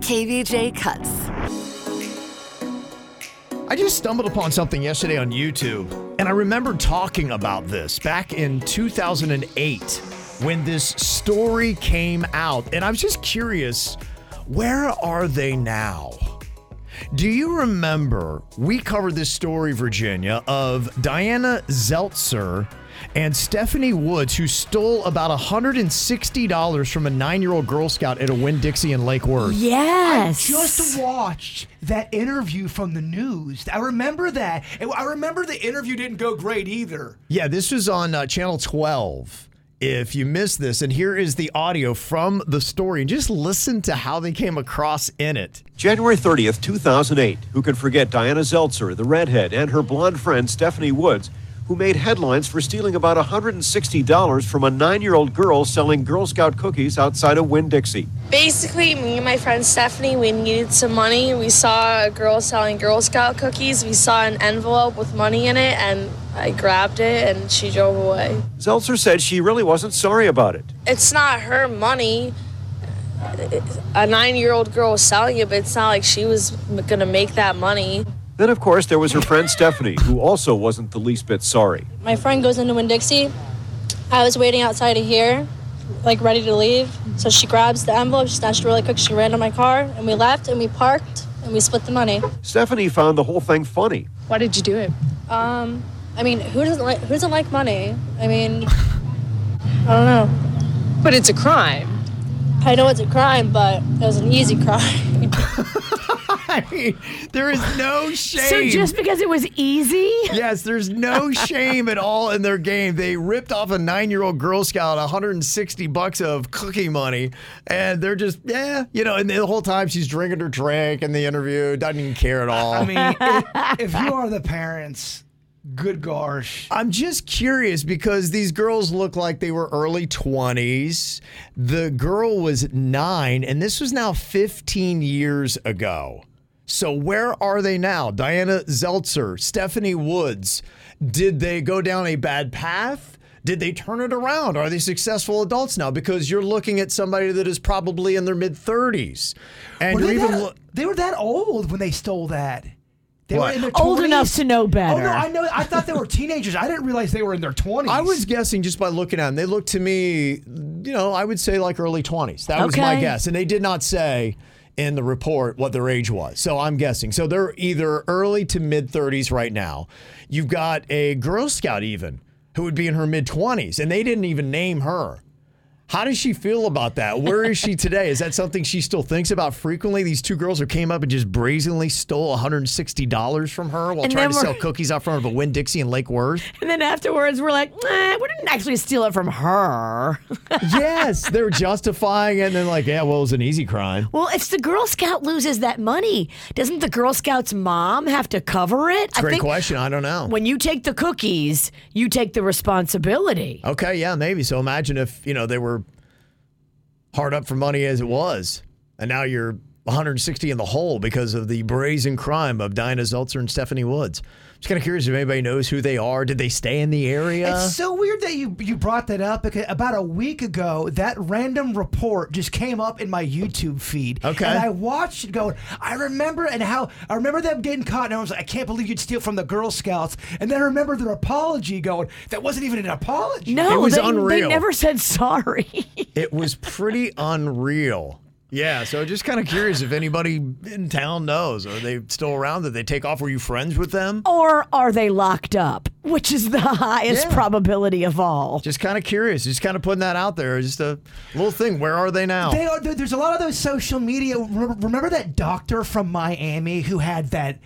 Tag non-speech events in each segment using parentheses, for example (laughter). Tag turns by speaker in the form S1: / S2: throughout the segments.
S1: KVJ Cuts.
S2: I just stumbled upon something yesterday on YouTube, and I remember talking about this back in 2008 when this story came out. And I was just curious where are they now? Do you remember we covered this story, Virginia, of Diana Zeltzer and Stephanie Woods, who stole about $160 from a nine year old Girl Scout at a Winn Dixie in Lake Worth?
S3: Yes.
S4: Just watched that interview from the news. I remember that. And I remember the interview didn't go great either.
S2: Yeah, this was on uh, Channel 12. If you missed this, and here is the audio from the story, and just listen to how they came across in it.
S5: January 30th, 2008. Who can forget Diana Zeltzer, the redhead, and her blonde friend Stephanie Woods, who made headlines for stealing about $160 from a nine year old girl selling Girl Scout cookies outside of Winn Dixie.
S6: Basically, me and my friend Stephanie, we needed some money. We saw a girl selling Girl Scout cookies. We saw an envelope with money in it, and I grabbed it, and she drove away.
S5: Zeltzer said she really wasn't sorry about it.
S6: It's not her money. A nine year old girl was selling it, but it's not like she was going to make that money.
S5: Then, of course, there was her (laughs) friend Stephanie, who also wasn't the least bit sorry.
S6: My friend goes into Winn Dixie. I was waiting outside of here, like ready to leave. So she grabs the envelope, she snatched it really quick, she ran to my car, and we left and we parked and we split the money.
S5: Stephanie found the whole thing funny.
S7: Why did you do it?
S6: Um, I mean, who doesn't like who doesn't like money? I mean, I don't know.
S7: But it's a crime.
S6: I know it's a crime, but it was an easy crime. (laughs)
S2: I mean, there is no shame.
S3: (laughs) So just because it was easy?
S2: Yes,
S3: (laughs)
S2: there's no shame at all in their game. They ripped off a nine-year-old Girl Scout 160 bucks of cookie money, and they're just yeah, you know. And the whole time she's drinking her drink in the interview, doesn't even care at all.
S4: I mean, i-
S3: (laughs)
S4: if you are the parents, good gosh.
S2: I'm just curious because these girls look like they were early 20s. The girl was nine, and this was now 15 years ago. So, where are they now? Diana Zeltzer, Stephanie Woods. Did they go down a bad path? Did they turn it around? Are they successful adults now? Because you're looking at somebody that is probably in their mid 30s. And
S4: Were
S2: you're
S4: they,
S2: even.
S4: that,
S2: lo-
S4: they were that old when they stole that. They
S2: What?
S4: were in their 20s.
S3: Old enough to know
S4: Oh
S3: better.
S4: no, I know. I thought they were teenagers. I didn't realize they were in their 20s.
S2: I was guessing just by looking at them. They looked to me, you know, I would say like early 20s. That was my
S3: Okay.
S2: guess. And they did not say in the report what their age was. So I'm guessing. So they're either early to mid 30s right now. You've got a Girl Scout even who would be in her mid 20s, and they didn't even name her. How does she feel about that? Where is she today? Is that something she still thinks about frequently? These two girls who came up and just brazenly stole $160 from her while
S3: And
S2: trying to
S3: then
S2: sell
S3: we're-
S2: cookies out front of a Winn Dixie in Lake Worth.
S3: and then afterwards, we're like, nah, we didn't actually steal it from her.
S2: yes, they're justifying it and then like, yeah, well, it was an easy crime.
S3: well, if the Girl Scout loses that money, doesn't the Girl Scout's mom have to cover it? I
S2: Great
S3: think
S2: question. I don't know.
S3: When you take the cookies, you take the responsibility.
S2: okay, yeah, maybe. So imagine if, you know, they were hard up for money as it was, and now you're 160 in the hole because of the brazen crime of Dinah Zeltzer and Stephanie Woods. Just kind of curious if anybody knows who they are. Did they stay in the area?
S4: It's so weird that you you brought that up because about a week ago that random report just came up in my YouTube feed.
S2: Okay.
S4: And I watched it going, I remember and how I remember them getting caught and I was like, I can't believe you'd steal from the Girl Scouts. And then I remember their apology going, that wasn't even an apology.
S3: No,
S2: It was
S3: they,
S2: unreal.
S3: they never said sorry. (laughs)
S2: It was pretty unreal. Yeah, so just kind of curious if anybody in town knows. Are they still around? Did they take off? Were you friends with them?
S3: or are they locked up, which is the (laughs) highest
S2: Yeah.
S3: probability of all?
S2: Just kind of curious. Just kind of putting that out there. Just a little thing. Where are they now?
S4: They are, there- there's a lot of those social media. re- Remember that doctor from Miami who had that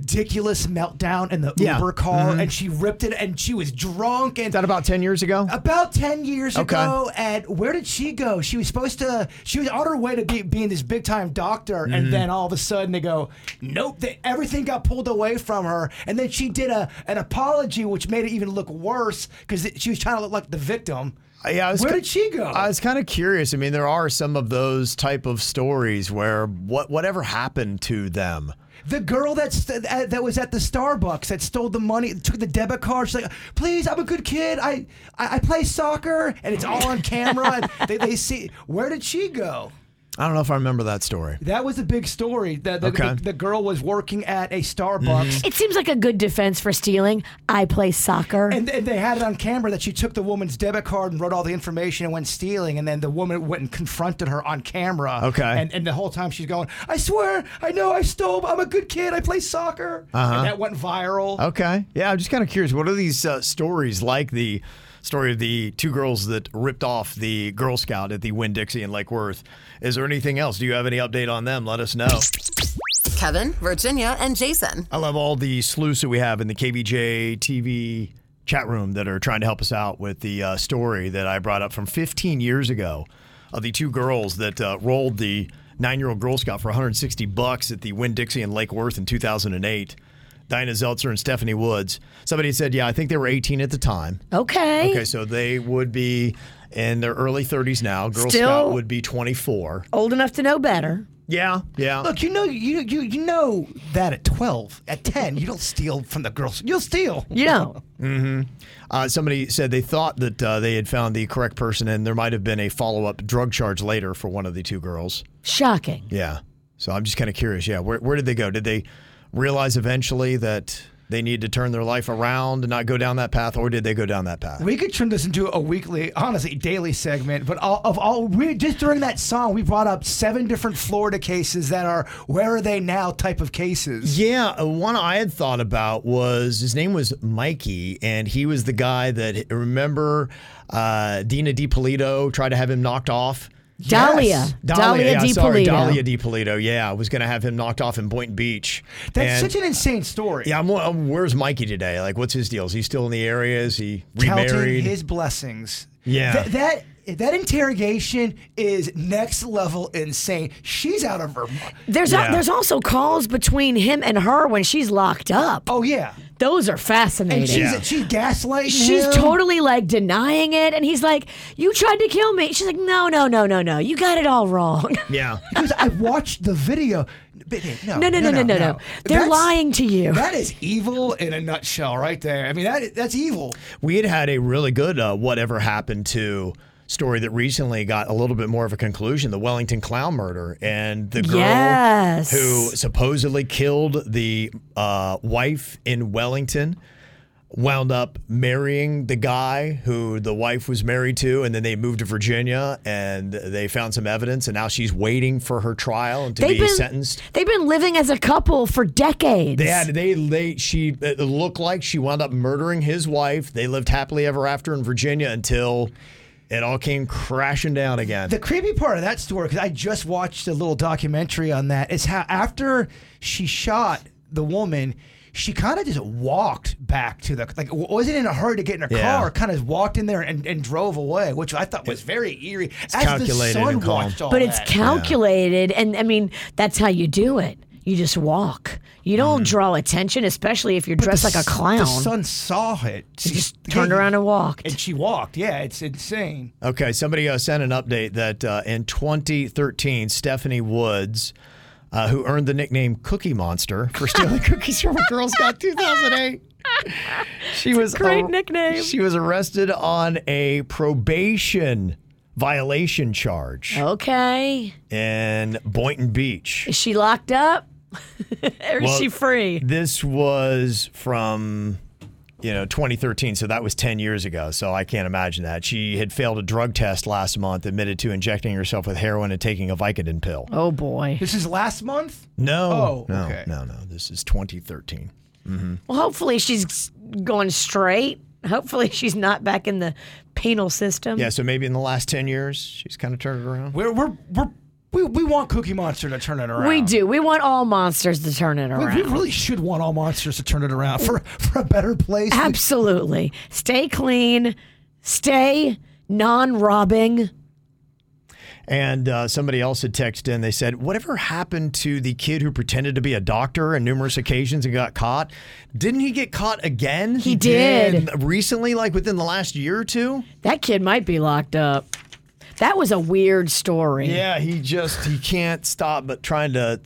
S4: ridiculous meltdown in the
S2: Yeah.
S4: Uber car, and she ripped it, and she was drunk and.
S2: Is that about 10 years ago?
S4: About ten years
S2: Okay.
S4: ago, and where did she go? She was supposed to. She was on her way to be, being this big time doctor,
S2: Mm-hmm.
S4: and then all of a sudden they go, nope. They, everything got pulled away from her, and then she did a an apology, which made it even look worse because she was trying to look like the victim.
S2: Yeah, I was
S4: where
S2: ki-
S4: did she go?
S2: I was kind of curious. I mean, there are some of those type of stories where what whatever happened to them.
S4: The girl that's that that was at the Starbucks that stole the money, took the debit card. She's like, "Please, I'm a good kid. I I, I play soccer, and it's all on camera.
S2: (laughs)
S4: and they, they see where did she go?
S2: I don't know if I remember that story.
S4: That was a big story. That the,
S2: Okay.
S4: the, the girl was working at a Starbucks,
S3: It seems like a good defense for stealing. I play soccer.
S2: Mm-hmm.
S4: and, and they had it on camera that she took the woman's debit card and wrote all the information and went stealing, and then the woman went and confronted her on camera.
S2: Okay.
S4: and and the whole time she's going, "I swear, I know I stole. I'm a good kid. I play soccer." Uh-huh. And that went viral.
S2: Okay. Yeah, I'm just kind of curious. What are these uh, stories like the story of the two girls that ripped off the Girl Scout at the Winn Dixie in Lake Worth? Is there anything else? Do you have any update on them? Let us know.
S1: Kevin, Virginia, and Jason.
S2: I love all the sleuths that we have in the KBJ TV chat room that are trying to help us out with the uh, story that I brought up from 15 years ago of the two girls that uh, rolled the nine-year-old Girl Scout for 160 bucks at the Winn Dixie in Lake Worth in 2008. Dinah Zeltzer and Stephanie Woods. Somebody said, "Yeah, I think they were 18 at the time."
S3: okay.
S2: Okay, so they would be in their early 30s now. Girl
S3: Still-
S2: Scout would be 24.
S3: Old enough to know better.
S2: Yeah, yeah.
S4: Look, you know, you you you know that at twelve, at ten, you don't steal from the girls. You'll steal.
S3: You (laughs) know.
S2: Uh, somebody said they thought that uh, they had found the correct person, and there might have been a follow up drug charge later for one of the two girls.
S3: Shocking.
S2: Yeah. So I'm just kind of curious. Yeah. Where, where did they go? Did they realize eventually that they needed to turn their life around and not go down that path, or did they go down that path?
S4: We could turn this into a weekly, honestly, daily segment. But all, of all, we just during that song, we brought up seven different Florida cases that are where are they now type of cases.
S2: Yeah, uh, one I had thought about was his name was Mikey, and he was the guy that remember uh, Dina DiPolito tried to have him knocked off.
S3: Dahlia. Dahlia
S2: Dahlia, yeah, sorry,
S3: DiPolito.
S2: Dahlia DiPolito. Yeah, I was going to have him knocked off in Boynton Beach.
S4: That's
S2: And-
S4: such an insane story.
S2: Yeah, I'm, I'm- where's Mikey today? Like, what's his deal? Is he still in the area? Is he
S4: Counting
S2: remarried?
S4: his blessings.
S2: Yeah.
S4: Th- that. That interrogation is next level insane. She's out of her mind.
S3: There's
S2: Yeah.
S3: al- there's also calls between him and her when she's locked up.
S4: Oh yeah,
S3: Those are
S4: and
S3: fascinating.
S4: she's
S2: Yeah.
S4: she's gaslighting.
S3: She's
S4: him.
S3: totally like denying it, and he's like, "You tried to kill me." She's like, "No, no, no, no, no. You got it all wrong.
S2: yeah.
S4: Because I watched the video. But, uh, No,
S3: No, no, no, no, no, no. They're
S4: That's-
S3: lying to you.
S4: That is evil in a nutshell, right there. I mean, that that's evil.
S2: We had had a really good uh, whatever happened to story that recently got a little bit more of a conclusion the Wellington clown murder and the girl
S3: Yes.
S2: who supposedly killed the uh, wife in Wellington wound up marrying the guy who the wife was married to and then they moved to Virginia and they found some evidence and now she's waiting for her trial and
S3: (laughs)
S2: to
S3: They've
S2: be
S3: been
S2: sentenced
S3: They've been living as a couple for decades.
S2: They had they they she it looked like she wound up murdering his wife. They lived happily ever after in Virginia until it all came crashing down again.
S4: The creepy part of that story, because I just watched a little documentary on that, is how after she shot the woman, she kind of just walked back to the like w- wasn't in a hurry to get in her
S2: Yeah.
S4: car, kind of walked in there and, and drove away, which I thought was very eerie. As
S2: calculated
S4: the son
S2: and calm.
S4: watched all
S3: but it's
S4: that.
S3: calculated, and I mean, that's how you do it. You just walk. You don't draw attention, especially if you're dressed
S4: Mm-hmm. The
S3: like a
S4: s-
S3: clown.
S4: The son saw it. She
S3: You just turned around and walked.
S4: and she walked. Yeah, it's insane.
S2: Okay, somebody uh, sent an update that uh, in 2013, Stephanie Woods, uh, who earned the nickname Cookie Monster
S3: (laughs)
S2: for stealing (laughs) cookies from a Girl Scout 2008, she was
S3: great nickname.
S2: She was arrested on a probation violation charge
S3: okay.
S2: in Boynton Beach.
S3: Is she locked up? (laughs) or is
S2: Well,
S3: she
S4: (laughs)
S3: free?
S2: This was from you know 2013, so that was 10 years ago. So I can't imagine that she had failed a drug test last month, admitted to injecting herself with heroin and taking a Vicodin pill.
S3: Oh boy.
S4: This is last month.
S2: No,
S4: Oh,
S2: no,
S4: okay.
S2: no, no. This is 2013.
S3: Well, hopefully she's going straight. Hopefully she's not back in the penal system.
S2: Yeah, so maybe in the last 10 years she's kind of turned it around.
S4: We're we're we're We, we want Cookie Monster to turn it around.
S3: We do. We want all monsters to turn it
S4: We,
S3: around.
S4: we really should want all monsters to turn it around for for a better
S3: (laughs)
S4: place.
S3: Absolutely. Stay clean. Stay non-robbing.
S2: And uh, somebody else had texted in. They said, "Whatever happened to the kid who pretended to be a doctor on numerous occasions and got caught? Didn't he get caught again? He
S3: did.
S2: recently, like within the last year or two.
S3: That kid might be locked up. That was a weird story.
S2: Yeah, he just he can't stop but trying to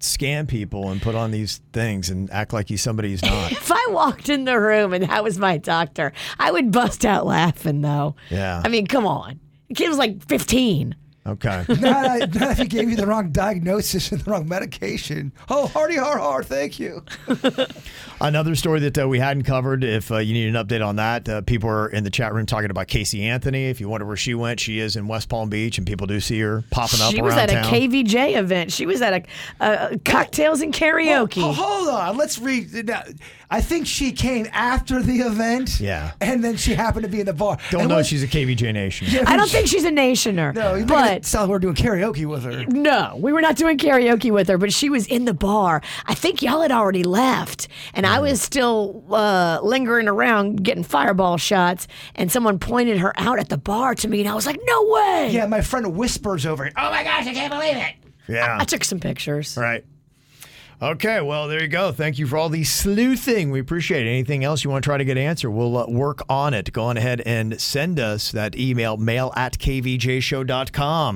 S2: scam people and put on these things and act like he's somebody
S3: (laughs)
S2: he's not.
S3: If I walked in the room and that was my doctor, I would bust out laughing though.
S2: Yeah.
S3: I mean, come on. The kid was like 15.
S2: Okay,
S4: (laughs) not, uh, not if he gave you the wrong diagnosis and the wrong medication. Oh, hearty har har, thank you.
S2: another story that uh, we hadn't covered. If uh, you need an update on that, uh, people are in the chat room talking about Casey Anthony. If you wonder where she went, she is in West Palm Beach, and people do see her popping up
S3: She
S2: around
S3: was at
S2: town.
S3: a KVJ event. She was at a uh, cocktails and karaoke.
S4: Ho- hold on, let's read. now, I think she came after the event.
S2: Yeah.
S4: and then she happened to be in the bar.
S2: Don't
S4: And
S2: know
S4: what-
S2: she's a
S3: (laughs)
S2: KVJ nation.
S3: I don't think she's a nationer.
S4: No, you but it
S3: but
S4: sound like we're doing karaoke with her.
S3: no, we were not doing karaoke with her, but she was in the bar. I think y'all had already left, and I was still uh, lingering around getting fireball shots, and someone pointed her out at the bar to me, and I was like, no way.
S4: Yeah, my friend whispers over it. Oh my gosh, I can't believe it.
S2: Yeah.
S3: I took some pictures.
S2: right. Okay, well, there you go. Thank you for all the sleuthing. We appreciate it. Anything else you want to try to get answered, we'll uh, work on it. Go on ahead and send us that email, mail at kvjshow.com.